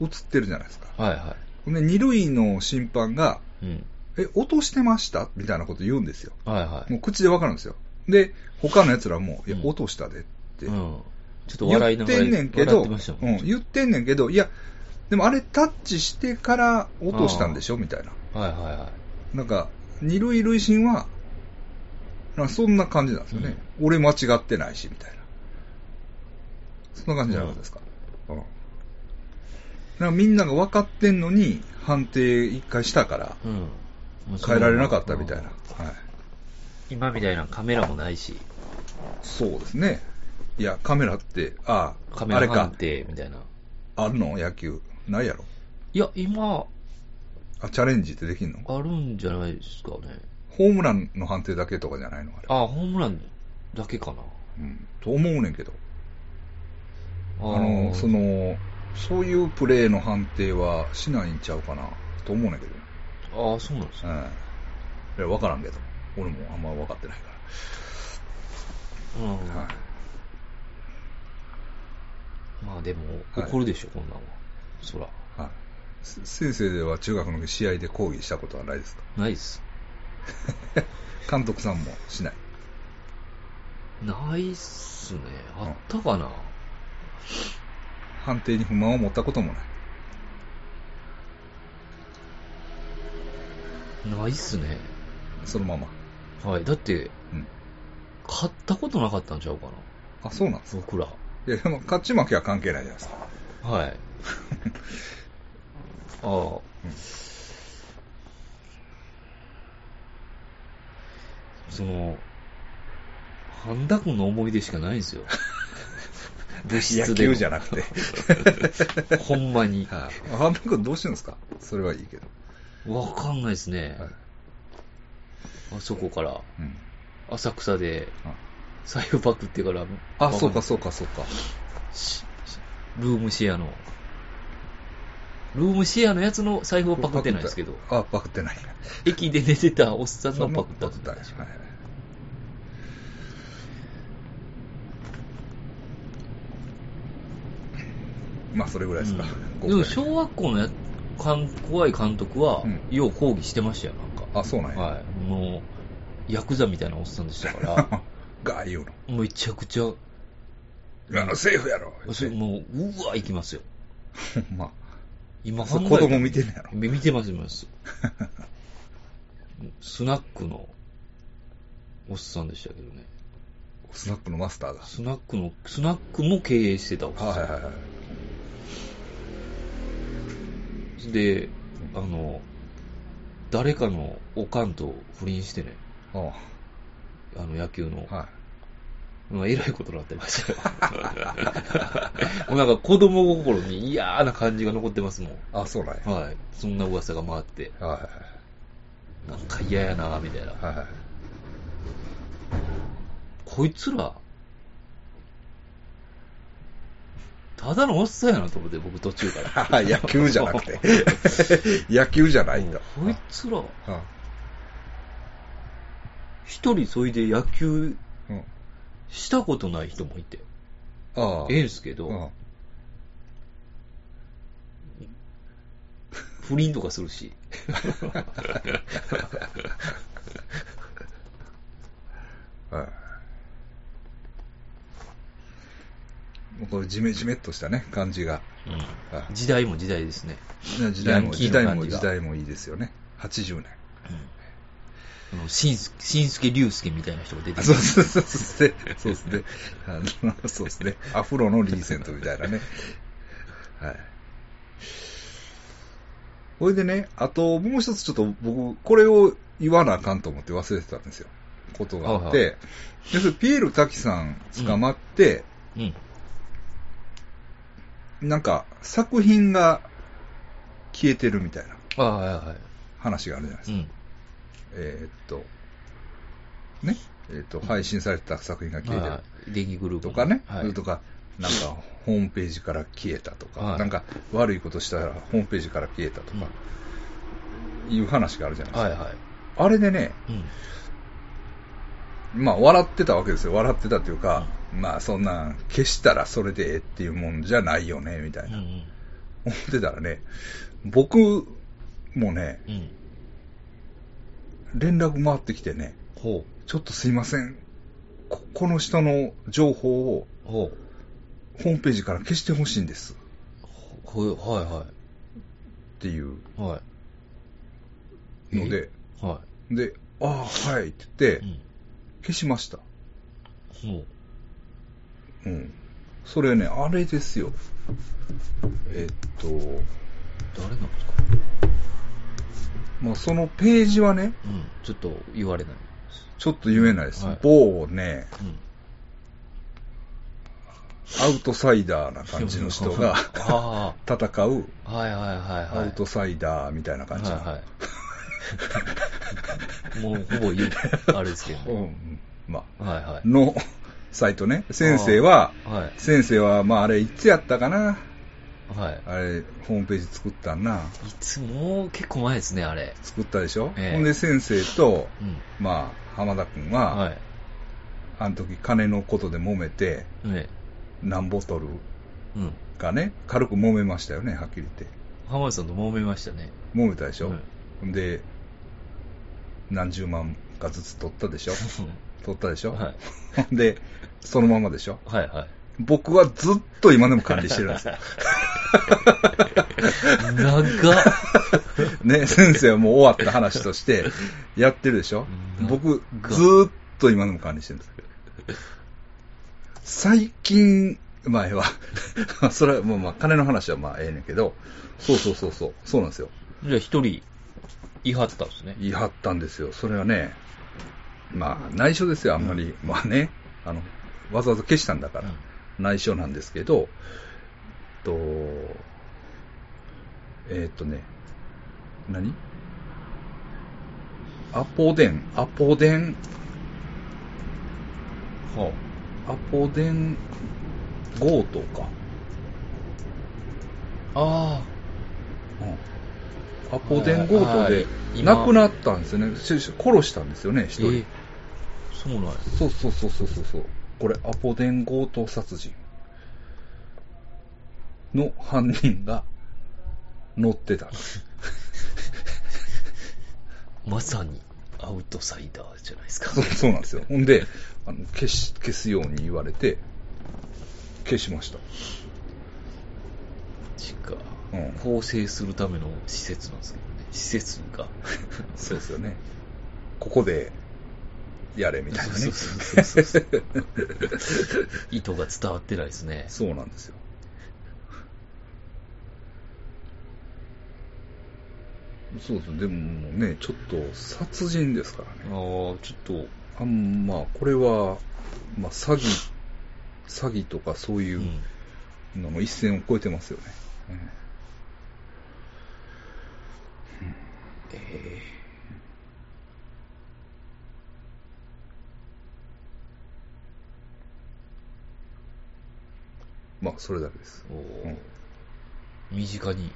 Speaker 1: 映ってるじゃないですか。
Speaker 2: はいは
Speaker 1: で、二塁の審判が、
Speaker 2: い。うん。
Speaker 1: え、落としてましたみたいなこと言うんですよ。
Speaker 2: はいはい。
Speaker 1: もう口でわかるんですよ。で、他の奴らも、いや
Speaker 2: う、ん
Speaker 1: 落としたでって。
Speaker 2: うん。ちょっと
Speaker 1: 言
Speaker 2: 笑い
Speaker 1: っ
Speaker 2: なが
Speaker 1: て
Speaker 2: ら
Speaker 1: んねんけど、
Speaker 2: 笑ってました
Speaker 1: う
Speaker 2: もん。
Speaker 1: ん、言ってんねんけど、いや、でもあれタッチしてから落としたんでしょみたいな。
Speaker 2: はいはいはい。
Speaker 1: なんか、二塁塁審は、なんかそんな感じなんですよね。俺間違ってないし、みたいな。そんな感じじゃなかったですか。うん。なんかみんなが分かってんのに、判定一回したから、
Speaker 2: うん。もうそ
Speaker 1: 変
Speaker 2: の
Speaker 1: えられなかったみたいな。
Speaker 2: う
Speaker 1: は
Speaker 2: ん
Speaker 1: い。
Speaker 2: 今みたいなカメラもないし、
Speaker 1: そうですね。いや、カメラって、ああ、
Speaker 2: カメ
Speaker 1: あ
Speaker 2: ラ
Speaker 1: れか
Speaker 2: 判、定みたいな。
Speaker 1: あるの野球。ないやろ。
Speaker 2: いや、今、
Speaker 1: あ、チャレンジってできんの
Speaker 2: あるんじゃないですかね。
Speaker 1: ホームランの判定だけとかじゃないのあれ。
Speaker 2: あ、ホームランだけかな。
Speaker 1: うん。と思うねんけど。
Speaker 2: あ
Speaker 1: あの、そ
Speaker 2: の、
Speaker 1: の、そういうプレーの判定はしないんちゃうかな、と思うねんけど。
Speaker 2: あーそうなんです
Speaker 1: う
Speaker 2: ね。
Speaker 1: ん。いや、わからんけど。俺もあんま分かってないから。
Speaker 2: うん
Speaker 1: は
Speaker 2: まあでも、
Speaker 1: はい
Speaker 2: 怒るでしょ、こんなんは。そら。
Speaker 1: いはい、せ先生では中学の時試合で抗議したことはないですか
Speaker 2: ないっす。
Speaker 1: 監督さんもしない。
Speaker 2: ないっすね。あったかな、
Speaker 1: 判定に不満を持ったこともない。
Speaker 2: ないっすね。
Speaker 1: そのまま。
Speaker 2: はい。だって、
Speaker 1: うん。
Speaker 2: 買ったことなかったんちゃうかな
Speaker 1: あ、そうなんですか
Speaker 2: 僕ら。
Speaker 1: いや、でも勝ち負けは関係ないじゃないですか。
Speaker 2: はい。ああ。その、半田君の思い出しかないん ですよ。部室
Speaker 1: 野
Speaker 2: でも。
Speaker 1: 球じゃなくて。
Speaker 2: ほんま に。
Speaker 1: はい。あ、なんかどうしてるんですかそれはいいけど。
Speaker 2: わかんないですね。
Speaker 1: はい。
Speaker 2: あそこから、
Speaker 1: うん。
Speaker 2: 浅草で
Speaker 1: あ、
Speaker 2: 財布パクってから、
Speaker 1: あ、そうかそうかそうか。
Speaker 2: ししルームシェアの、ルームシェアのやつの財布はパクってないですけど、
Speaker 1: あ、パクってない。
Speaker 2: 駅で寝てたおっさんのパクっ
Speaker 1: パ
Speaker 2: たん
Speaker 1: クっ
Speaker 2: で
Speaker 1: たんや
Speaker 2: すよ
Speaker 1: はい。まあ、それぐらいですか。
Speaker 2: うん
Speaker 1: 今回
Speaker 2: でも小学校のやかん怖い監督は
Speaker 1: うん、
Speaker 2: よう抗議してましたよ、なんか。
Speaker 1: あ、そうなんや。
Speaker 2: はい。もう、ヤクザみたいなおっさんでしたか
Speaker 1: が言う
Speaker 2: ら、めちゃくちゃ、
Speaker 1: の。あの、セーフやろ。
Speaker 2: それもう、うわ、行きますよ。
Speaker 1: ほんま。
Speaker 2: 今
Speaker 1: それ
Speaker 2: 考え
Speaker 1: 子
Speaker 2: たら
Speaker 1: 供見てんのやろ。
Speaker 2: み見てます、見てます。スナックのおっさんでしたけどね。
Speaker 1: スナックのマスターが。
Speaker 2: スナックの、スナックも経営してたおっさん。
Speaker 1: はいはいはい。
Speaker 2: で、あの、誰かのおかんと不倫してね、
Speaker 1: あ
Speaker 2: あの野球の。
Speaker 1: あはい。
Speaker 2: まあ、えらいことになってましたよ。もうなんか子供心に嫌な感じが残ってますもん。
Speaker 1: あ、そうなんや。
Speaker 2: はい。そんな噂が回って、
Speaker 1: は
Speaker 2: なんか嫌やな、みたいな。
Speaker 1: いはいはい。
Speaker 2: こいつら、ただのおっさんやなと思って、僕途中から。
Speaker 1: はい。 野球じゃなく て。野球じゃないん
Speaker 2: も
Speaker 1: だ
Speaker 2: う。こいつら、
Speaker 1: あ
Speaker 2: 一人それで野球
Speaker 1: うん
Speaker 2: したことない人もいて、
Speaker 1: ああ。
Speaker 2: ええんすけど、
Speaker 1: うん
Speaker 2: 不倫とかす るし。
Speaker 1: はい。もうこれジメジメっとしたね、感じが。は
Speaker 2: 時代も時代ですね。
Speaker 1: い時代
Speaker 2: ヤン
Speaker 1: も、
Speaker 2: キー
Speaker 1: 時代
Speaker 2: の感
Speaker 1: も、
Speaker 2: じが
Speaker 1: 時代もいいですよね。80年。
Speaker 2: あの、しんす、しんすけ、りゅうすけみたいな人が出て
Speaker 1: あ
Speaker 2: き
Speaker 1: そう
Speaker 2: て、
Speaker 1: そうそうそうですね。そうですね。あのそうですね。アフロのリーゼントみたいなね。はい。これでね、あともう一つちょっと僕、これを言わなあかんと思って忘れてたんですよ。ことがあって。
Speaker 2: はい
Speaker 1: 要するにピエール滝さん捕まって、
Speaker 2: うん。
Speaker 1: なんか作品が消えてるみたいな
Speaker 2: ああ、はいはい。
Speaker 1: 話があるじゃないです
Speaker 2: う
Speaker 1: か。
Speaker 2: ん。
Speaker 1: えーっと、ね。えーっと、配信されてた作品が消えてる
Speaker 2: は。い。電気グループ
Speaker 1: と
Speaker 2: の
Speaker 1: かね、
Speaker 2: はい。
Speaker 1: とか、なんかホームページから消えたとか、
Speaker 2: はい
Speaker 1: なんか悪いことしたらホームページから消えたとか、いう話があるじゃないです
Speaker 2: は
Speaker 1: か。
Speaker 2: いはい。
Speaker 1: あれでね、
Speaker 2: うん。
Speaker 1: まあ笑ってたわけですよ。笑ってたというか、まあそんなん消したらそれでええっていうもんじゃないよね、みたい
Speaker 2: うん
Speaker 1: な。思ってたらね、僕もね、
Speaker 2: うん。うん。
Speaker 1: 連絡回ってきてね、
Speaker 2: ほ
Speaker 1: ちょっとすいません、ここの人の情報を
Speaker 2: う。ほう。
Speaker 1: ホームページから消してほしいんです
Speaker 2: ほう。はいは
Speaker 1: っていう
Speaker 2: い。はい。
Speaker 1: ので、
Speaker 2: は
Speaker 1: で、ああ、はいって言っ
Speaker 2: い。う
Speaker 1: て、
Speaker 2: ん。
Speaker 1: 消しました。
Speaker 2: ほ
Speaker 1: う
Speaker 2: う。
Speaker 1: ん。それね、あれですよ。えっと、
Speaker 2: 誰なんですか
Speaker 1: まあ、そのページはね、
Speaker 2: うん。ちょっと言われない。
Speaker 1: ちょっと言えないです。
Speaker 2: はい
Speaker 1: 某ね、
Speaker 2: うん。
Speaker 1: アウトサイダーな感じの人が
Speaker 2: あ
Speaker 1: 戦う
Speaker 2: あ。はいはいはいはい。
Speaker 1: アウトサイダーみたいな感じ。
Speaker 2: はい はい。もうほぼ言う、あれですけど
Speaker 1: う
Speaker 2: ね。
Speaker 1: ん、ま
Speaker 2: はいは
Speaker 1: あ、のサイトね。先生は、
Speaker 2: い。はい。
Speaker 1: 先生は、まあ、あれ、いつやったかな
Speaker 2: はい。
Speaker 1: あれ、ホームページ作ったんな。
Speaker 2: いつも結構前ですね、あれ。
Speaker 1: 作ったでしょ、
Speaker 2: ええ
Speaker 1: ほんで、先生と、
Speaker 2: うん。
Speaker 1: まあ、浜田君は、
Speaker 2: はい。
Speaker 1: あの時金のことで揉めて、
Speaker 2: え
Speaker 1: 何ボトル
Speaker 2: え。うん。
Speaker 1: かね、軽く揉めましたよね、はっきり言って。
Speaker 2: 浜田さんと揉めましたね。
Speaker 1: 揉めたでしょ。
Speaker 2: うん
Speaker 1: で、何十万かずつ取ったでしょ。取ったでしょ。
Speaker 2: は い。
Speaker 1: で、そのままでしょ。
Speaker 2: はいはい。
Speaker 1: 僕はずっと今でも管理してるんですよ。
Speaker 2: 長っ。
Speaker 1: ね、先生はもう終わった話としてやってるでしょ
Speaker 2: うん
Speaker 1: 僕、ずーっと今でも管理してるんです。最近、前は、 それはもうまあ金の話はまあええねんけど、そうそうそうそう、そうなんですよ。
Speaker 2: じゃあ一人、言い張ってたんですね。
Speaker 1: 言い張ったんですよ。それはね、まあ内緒ですよ、あんまり。まあね、あの、わざわざ消したんだから。内緒なんですけど、えっと、えーっとね、何アポ電、アポ電、
Speaker 2: うん。は
Speaker 1: アポ電強盗か。
Speaker 2: あ。あ
Speaker 1: アポ電強盗
Speaker 2: はい
Speaker 1: で
Speaker 2: 今
Speaker 1: 亡くなったんですよね。しし殺したんですよね、
Speaker 2: あ。
Speaker 1: 一
Speaker 2: ええ
Speaker 1: 人。。
Speaker 2: そうなんや
Speaker 1: そうそうそうそうそうそう。これ、アポ電強盗殺人の犯人が乗ってた。
Speaker 2: まさに、アウトサイダーじゃないですか。
Speaker 1: そうそうなんですよ。ほんで、あの消し、消すように言われて、消しました。
Speaker 2: ちか
Speaker 1: うん。
Speaker 2: 構成するための施設なんですけどね。施設が。
Speaker 1: そうですよね。ここで、やれ、みたいなね。
Speaker 2: そうそうそうそうそう。 意図が伝わってないですね。
Speaker 1: そうなんですよ。そうですね。でももうね、ちょっと殺人ですから
Speaker 2: ああ
Speaker 1: ね。、
Speaker 2: ちょっと、
Speaker 1: あんまあ、これは、まあ、詐欺、詐欺とかそういううんのも一線を越えてますよね。うん
Speaker 2: え
Speaker 1: まあ、それだけです。
Speaker 2: ーおー
Speaker 1: うん
Speaker 2: 身近に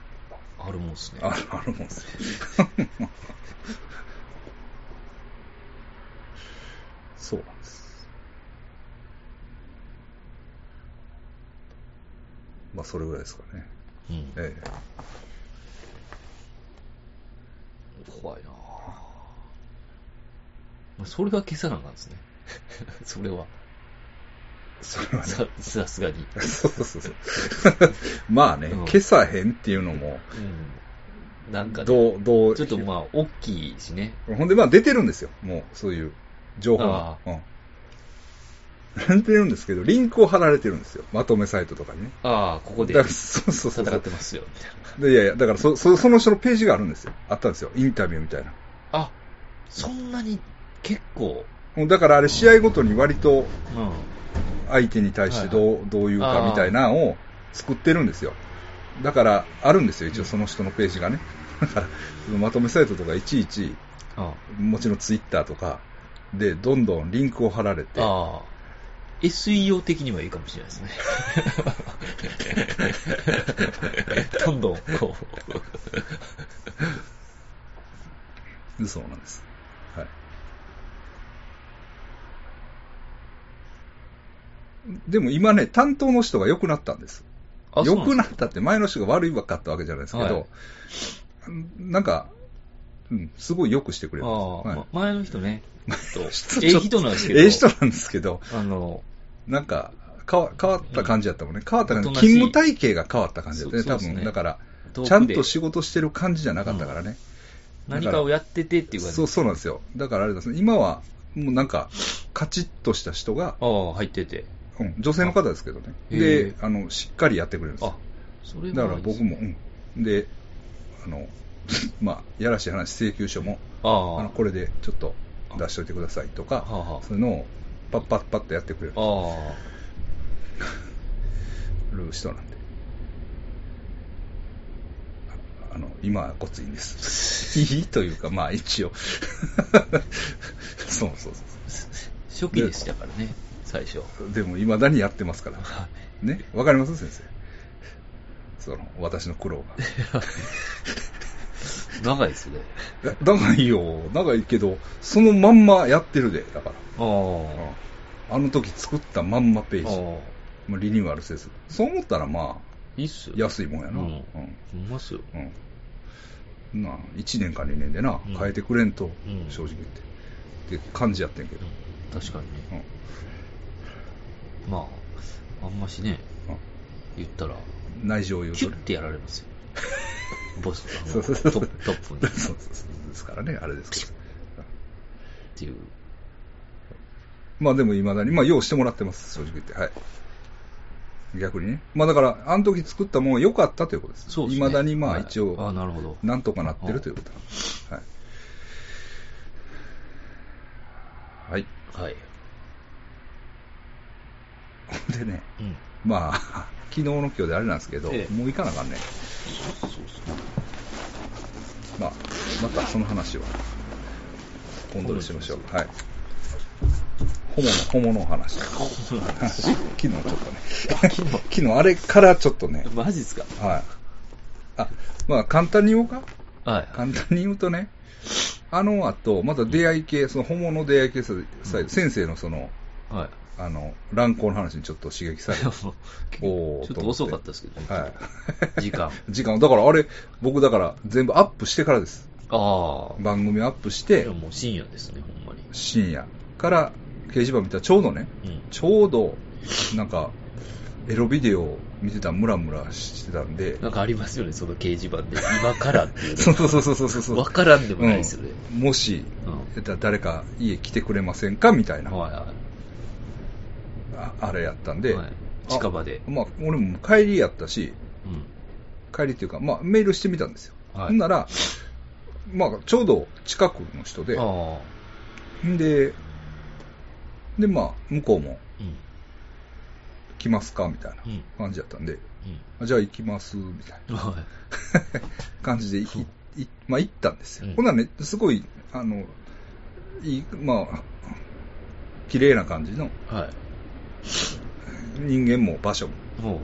Speaker 2: あるもんですね。
Speaker 1: ある、あるもんです ねそうなんです。まあ、それぐらいですかね。
Speaker 2: うん、
Speaker 1: ええ。
Speaker 2: 怖いなぁまあそれが消さなあかんですね。 それは。
Speaker 1: それはね。
Speaker 2: さ、さすがに。
Speaker 1: そうそうそう そう。まあね、
Speaker 2: うん
Speaker 1: 消さへんっていうのも、
Speaker 2: うん。なんかね、
Speaker 1: どう、どう、
Speaker 2: ちょっとまあ、大きいしね。
Speaker 1: ほんで、まあ出てるんですよ。もう、そういう情報が
Speaker 2: あ。
Speaker 1: うん。出てるんですけど、リンクを貼られてるんですよ。まとめサイトとかにね。
Speaker 2: ああ、ここで
Speaker 1: だからそうそうそう
Speaker 2: 戦
Speaker 1: そ
Speaker 2: っ
Speaker 1: う
Speaker 2: て。ますよ、みたいな。
Speaker 1: でいやいや、だからそ、そ、その人のページがあるんですよ。あったんですよ。インタビューみたいな。
Speaker 2: あ、そんなに結構、
Speaker 1: もうだからあれ、試合ごとに割と
Speaker 2: うん。
Speaker 1: 相手に対してどう、どういう
Speaker 2: あ
Speaker 1: か
Speaker 2: ー
Speaker 1: みたいなのを作ってるんですよ。だから、あるんですよ。一応その人のページがね。 だから、そのまとめサイトとかいちいち、
Speaker 2: あ
Speaker 1: もちろんツイッターとか、で、どんどんリンクを貼られて、
Speaker 2: あ。SEO 的にはいいかもしれないです ね。どんどん、こ
Speaker 1: そうなんです。はい。でも今ね、担当の人が良くなったんです。
Speaker 2: う。
Speaker 1: 良く
Speaker 2: い
Speaker 1: なったって前の人が悪いわかったわけじゃないですけど、
Speaker 2: はい
Speaker 1: なんか、うん、すごい良くしてくれ
Speaker 2: あ
Speaker 1: ま
Speaker 2: あ、
Speaker 1: す。はい
Speaker 2: ま前の人ね。ちょっ
Speaker 1: ちょっ
Speaker 2: と
Speaker 1: と
Speaker 2: ええ人なんですけど。
Speaker 1: ええ人なんですけど、
Speaker 2: あの、
Speaker 1: なんか、かわ変わった感じだったもんね。変わった感じ。
Speaker 2: おとなしい
Speaker 1: 勤務体系が変わった感じだったね、
Speaker 2: そう
Speaker 1: 多
Speaker 2: そうです
Speaker 1: 分。
Speaker 2: ね
Speaker 1: だから、
Speaker 2: 遠
Speaker 1: ちゃん
Speaker 2: くで
Speaker 1: と仕事してる感じじゃなかったからね。
Speaker 2: 何かをやっててっていう感じ。
Speaker 1: そう、そうなんですよ。だからあれですね、今は、もうなんか、カチッとした人が、
Speaker 2: ああ、入ってて。
Speaker 1: うん、女性の方ですけどね。
Speaker 2: あへ
Speaker 1: で
Speaker 2: え、
Speaker 1: あの、しっかりやってくれるんですよ
Speaker 2: あ。、それはいい
Speaker 1: だから僕。も、うん。で、あの、 まあ、やらしい話、請求書も、
Speaker 2: あ
Speaker 1: あのこれでちょっと出しといてくださいと
Speaker 2: あ。は
Speaker 1: か、
Speaker 2: あは
Speaker 1: そういうのをパッパッパッとやってくれ
Speaker 2: あ。ああ。
Speaker 1: る人なんで。ああの、今はごついん です。 いいというか、まあ一応。 そうそうそ
Speaker 2: 初期でしたからね、最初。
Speaker 1: う。でも、未だにやってますから。ね、わかります先生。その、私の苦労
Speaker 2: 長いですね。
Speaker 1: が。え長いよ。長いけど、そのまんまやってるで、だから。
Speaker 2: ああ。
Speaker 1: うんあの時作ったまんまページ。
Speaker 2: ああ
Speaker 1: まあ、リニューアルせず。そう思ったらまあ、
Speaker 2: いいっすよ。
Speaker 1: 安いもんやな。
Speaker 2: う
Speaker 1: うんん。
Speaker 2: ほんまっすよ。
Speaker 1: うん。なあ、1年か2年でな、
Speaker 2: うん
Speaker 1: 変えてくれんと、
Speaker 2: うん
Speaker 1: 正直言って。って感じやってんけど。
Speaker 2: 確かにね。
Speaker 1: うん。
Speaker 2: まあ、あんましね、言ったら、
Speaker 1: 内情を言う
Speaker 2: キュ
Speaker 1: と
Speaker 2: ッ
Speaker 1: ね。
Speaker 2: てやられます よ。ボス、あの
Speaker 1: そうそうそう
Speaker 2: トップトップにっ
Speaker 1: そうそうそうですからね、あれですけど。
Speaker 2: ていう。
Speaker 1: まあでも未だに、まあ用意してもらってます、正直言って。はい。逆にね。まあだから、あの時作ったもんは良かったということです。
Speaker 2: そうですね。
Speaker 1: 未だにまあ
Speaker 2: はい
Speaker 1: 一応、
Speaker 2: あなるほど。
Speaker 1: なんとかなってるということなんですはい。はい。
Speaker 2: はい。
Speaker 1: ほんでね、
Speaker 2: うん。
Speaker 1: まあ、 昨日の今日であれなんですけど、
Speaker 2: ええ
Speaker 1: もう行かなあかんね。
Speaker 2: そうそう。
Speaker 1: まあ、またその話は、今度にしましょう。はい。ホモの、ホモのお話。
Speaker 2: そうな ん
Speaker 1: 昨
Speaker 2: で
Speaker 1: 日ちょっとね、
Speaker 2: 昨日
Speaker 1: 昨日あれからちょっとね、
Speaker 2: すマジっすか
Speaker 1: はい。あ、まあ簡単に言おうか
Speaker 2: はい。
Speaker 1: 簡単に言うとね、あの後、また出会い系、そのホモの出会い系サイト、
Speaker 2: うん
Speaker 1: 先生のその、
Speaker 2: はい。
Speaker 1: あの、乱行の話にちょっと刺激され
Speaker 2: い
Speaker 1: て
Speaker 2: や、もう
Speaker 1: おー
Speaker 2: ちょっと遅かったですけどね。
Speaker 1: はい。
Speaker 2: 時間。
Speaker 1: 時間、だからあれ、僕だから全部アップしてからです。
Speaker 2: ああ。
Speaker 1: 番組アップし
Speaker 2: い
Speaker 1: て
Speaker 2: や、もう深夜ですね、ほんまに。
Speaker 1: 深夜から掲示板見たらちょうどね、
Speaker 2: うん。
Speaker 1: ちょうど、なんか、エロビデオを見てたらムラムラしてたんで、
Speaker 2: なんかありますよね、その掲示板 で。今からっていう
Speaker 1: そう
Speaker 2: の
Speaker 1: そうそうそうそうそう
Speaker 2: わ。からんでもないですよね。
Speaker 1: うんもし、
Speaker 2: う
Speaker 1: だ誰か家来てくれませんかみたい
Speaker 2: ん。
Speaker 1: な、
Speaker 2: はいは
Speaker 1: ああれやったん
Speaker 2: い。
Speaker 1: で、
Speaker 2: はい
Speaker 1: あ
Speaker 2: 近場で。
Speaker 1: まあ、俺も帰りやったし、
Speaker 2: うん。
Speaker 1: 帰りっていうか、まあ、メールしてみたんですよ。
Speaker 2: はい
Speaker 1: ほんなら、まあ、ちょうど近くの人で、
Speaker 2: ああ。
Speaker 1: んで、で、まあ、向こうも
Speaker 2: うん。
Speaker 1: 来ますかみたいな
Speaker 2: うん。
Speaker 1: 感じやったんで、
Speaker 2: う
Speaker 1: あじゃあ行きます、みたい
Speaker 2: ん。はい。
Speaker 1: な感じでい、いいまあ、行ったんですよ。
Speaker 2: うん
Speaker 1: ほんならね、すごい、あの、いいまあ、綺麗な感じの
Speaker 2: は
Speaker 1: 人間も場所も
Speaker 2: い。も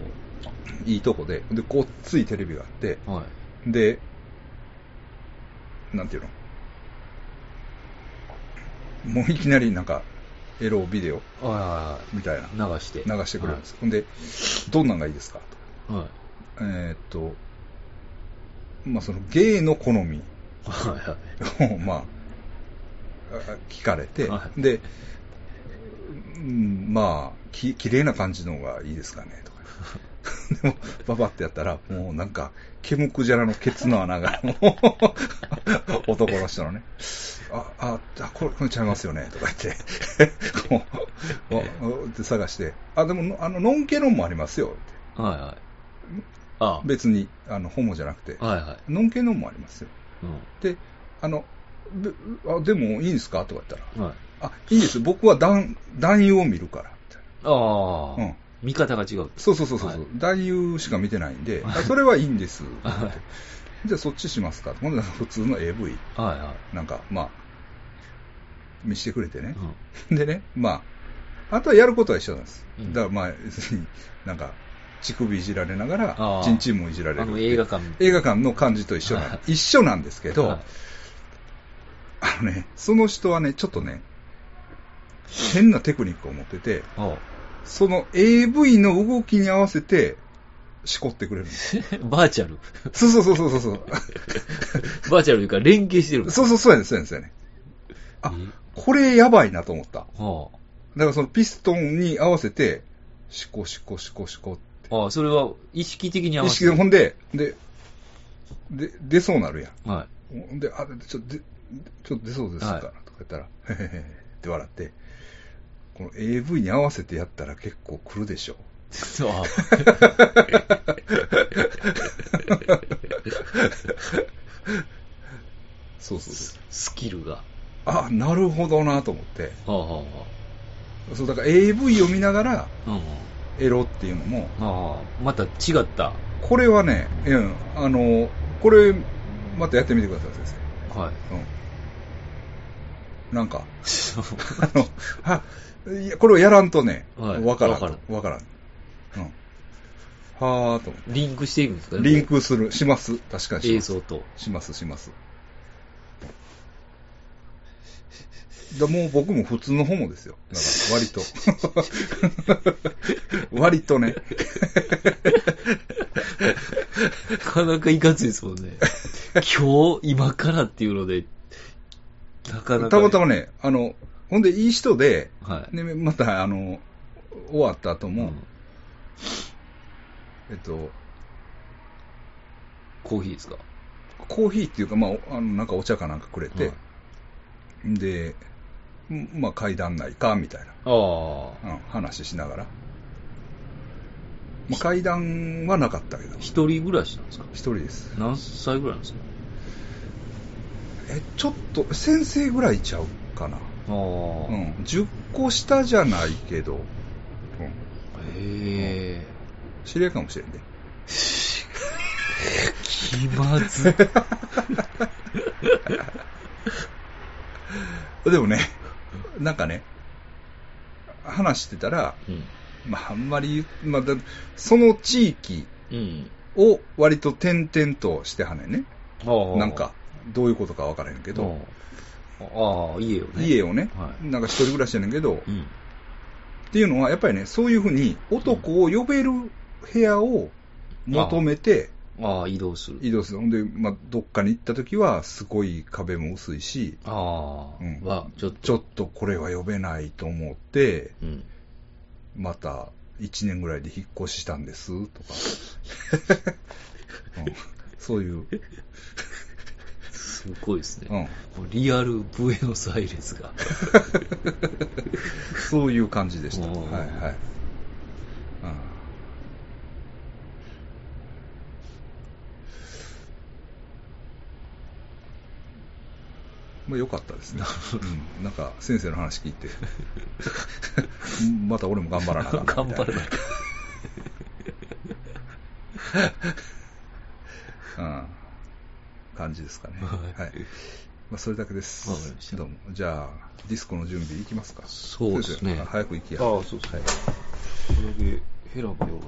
Speaker 1: いいとこで、で、こっついテレビがあって、
Speaker 2: う、はい。
Speaker 1: で、なんていうのもういきなりなんか、エロビデオ
Speaker 2: は
Speaker 1: みたいない
Speaker 2: はいはい。流して。
Speaker 1: 流してくれるんです。ほんで、どんなんがいいですか
Speaker 2: はい。はい。
Speaker 1: と。えーっと、まあその芸の好み
Speaker 2: はいはい。
Speaker 1: を、 まあ、あ聞かれて、
Speaker 2: は
Speaker 1: で、うんまあ、き綺麗な感じのがいいですかねとか。 でも、ババってやったら、もうなんか、ケムクジャラのケツの穴が、 もう男の人のね、あ、あ、あこれ、これちゃいますよね、とか言って、 こう、ああって探して、あ、でも、あの、ノンケノンもありますよ、って
Speaker 2: はいはい。あ
Speaker 1: 別に、あの、ホモじゃなくて、
Speaker 2: あ。はいはい。
Speaker 1: ノンケノンもありますよ。
Speaker 2: う
Speaker 1: で、あの、であでもいいんですかとか言ったら、
Speaker 2: ん。はい。
Speaker 1: あ、いいんです、僕は男男優を見るから、みたい
Speaker 2: あ
Speaker 1: な。うん
Speaker 2: あ。。見方が違う。
Speaker 1: そうそうそうそう、
Speaker 2: はい
Speaker 1: 男優しか見てないん で、あそれはいいんです。
Speaker 2: はい
Speaker 1: じゃあそっちしますか。ほんで、普通の AV、
Speaker 2: はいは
Speaker 1: なんか、まあ、見してくれて
Speaker 2: い。
Speaker 1: ね
Speaker 2: う。ん。
Speaker 1: でね、まあ、あとはやることは一緒なんです。
Speaker 2: うん
Speaker 1: だからまあ、別になんか、乳首いじられなが
Speaker 2: あ
Speaker 1: ら
Speaker 2: あ、
Speaker 1: チンチンもいじられる
Speaker 2: あの映画館
Speaker 1: 映画館の感じと一緒なん、
Speaker 2: はい
Speaker 1: 一緒なんですけど、
Speaker 2: はい
Speaker 1: あのね、その人はね、ちょっとね、変なテクニックを持ってて、
Speaker 2: おう
Speaker 1: その AV の動きに合わせて、しこってくれるんです。
Speaker 2: バーチャル。
Speaker 1: そうそうそうそうそうそう。
Speaker 2: バーチャルというか連携してるんです
Speaker 1: そうそうそうやね、そうやね、そうやね。あ、これやばいなと思った。だ
Speaker 2: は
Speaker 1: からそのピストンに合わせて、しこしこしこしこって。
Speaker 2: あ、ああそれは意識的に合わ
Speaker 1: 意
Speaker 2: せ
Speaker 1: 識
Speaker 2: て
Speaker 1: で、ほんで、で、で、出そうなるやん。
Speaker 2: は
Speaker 1: ほんで、あ、ちょっと、でちょっと出そうですから、
Speaker 2: はい
Speaker 1: とか言ったら、へへへって笑って、この AV に合わせてやったら結構来るでしょ。
Speaker 2: い。そうああ
Speaker 1: そうそうそう。
Speaker 2: スキルが。は
Speaker 1: あ、なるほどなと思って。
Speaker 2: あはあは
Speaker 1: そう、だから AV を見ながら、
Speaker 2: あ。うん。
Speaker 1: エロっていうのも、
Speaker 2: ああ、また違った。
Speaker 1: これはね、うん、あの、これ、またやってみてください、先
Speaker 2: はい。
Speaker 1: 生。うん。なんか、あ の、あ、いや、これをやらんとね、わ、
Speaker 2: はい
Speaker 1: からん
Speaker 2: わから
Speaker 1: と。わからん。うん。はーと思って。
Speaker 2: リンクしていくんですかね
Speaker 1: リンクする、します。確かにし
Speaker 2: 映
Speaker 1: ます。
Speaker 2: 像と。
Speaker 1: します、します。だもう僕も普通のホモですよ。だから割 と。割とね。
Speaker 2: なかなかいかついですもん ね。今日、今からっていうので、なかなか、
Speaker 1: たまたまね、あの、ほんでいい人で、
Speaker 2: はい。
Speaker 1: ね、またあの、終わった後も、
Speaker 2: うん
Speaker 1: えっと、
Speaker 2: コーヒーですか
Speaker 1: コーヒーっていうか、まあ、おあのなんかお茶かなんかくれて、
Speaker 2: はい
Speaker 1: で、んまあ階段ないか、みたいな。
Speaker 2: ああ。
Speaker 1: うん話しながら。まあ、階段はなかったけど、
Speaker 2: 一人暮らしなんですか
Speaker 1: 一人です。
Speaker 2: 何歳ぐらいなんですか
Speaker 1: え、ちょっと、先生ぐらいちゃうかな。
Speaker 2: ああ。
Speaker 1: う
Speaker 2: へ
Speaker 1: ん、10個下じゃないけど、うん、
Speaker 2: え。
Speaker 1: 知り合いかもしれんね。
Speaker 2: 気ま ず。
Speaker 1: でもね、 なんかね、話してたら、
Speaker 2: うん。
Speaker 1: まあ、あんまり言う、まあ、だその地域
Speaker 2: うん。
Speaker 1: を割と転々としてはねんね。
Speaker 2: ああ。
Speaker 1: なんか、どういうことかわからへんけど、
Speaker 2: ああ、家をね。
Speaker 1: 家
Speaker 2: を。
Speaker 1: をね、
Speaker 2: はい
Speaker 1: なんか一人暮らしやねんけど、
Speaker 2: うん。
Speaker 1: っていうのは、やっぱりね、そういうふうに男を呼べる部屋を求めて
Speaker 2: ああ、移動する。
Speaker 1: 移動する。ほんで、まあ、どっかに行った時は、すごい壁も薄いし、
Speaker 2: ああ、
Speaker 1: うん
Speaker 2: は、ちょっと。
Speaker 1: ちょっとこれは呼べないと思って、
Speaker 2: うん。
Speaker 1: また1年ぐらいで引っ越ししたんですとか、 うんそういう、
Speaker 2: すごいです
Speaker 1: う
Speaker 2: ね。
Speaker 1: ん、
Speaker 2: もうリアルブエノスアイレスが。
Speaker 1: そういう感じでした。
Speaker 2: おー
Speaker 1: はいはい。うんまあ、良かった ですね、うん。なんか先生の話聞いて、 また俺も 頑張らなあかんな
Speaker 2: 頑
Speaker 1: み
Speaker 2: 張
Speaker 1: たい
Speaker 2: らない。
Speaker 1: な、うん、感じですかね。
Speaker 2: はい
Speaker 1: はいまあ、それだけです。
Speaker 2: わかりました
Speaker 1: どうも。じゃあ、ディスコの準備いきますか。
Speaker 2: そうですね
Speaker 1: 先生早く行きや。
Speaker 2: ああ、そうですね。これだけヘラがようが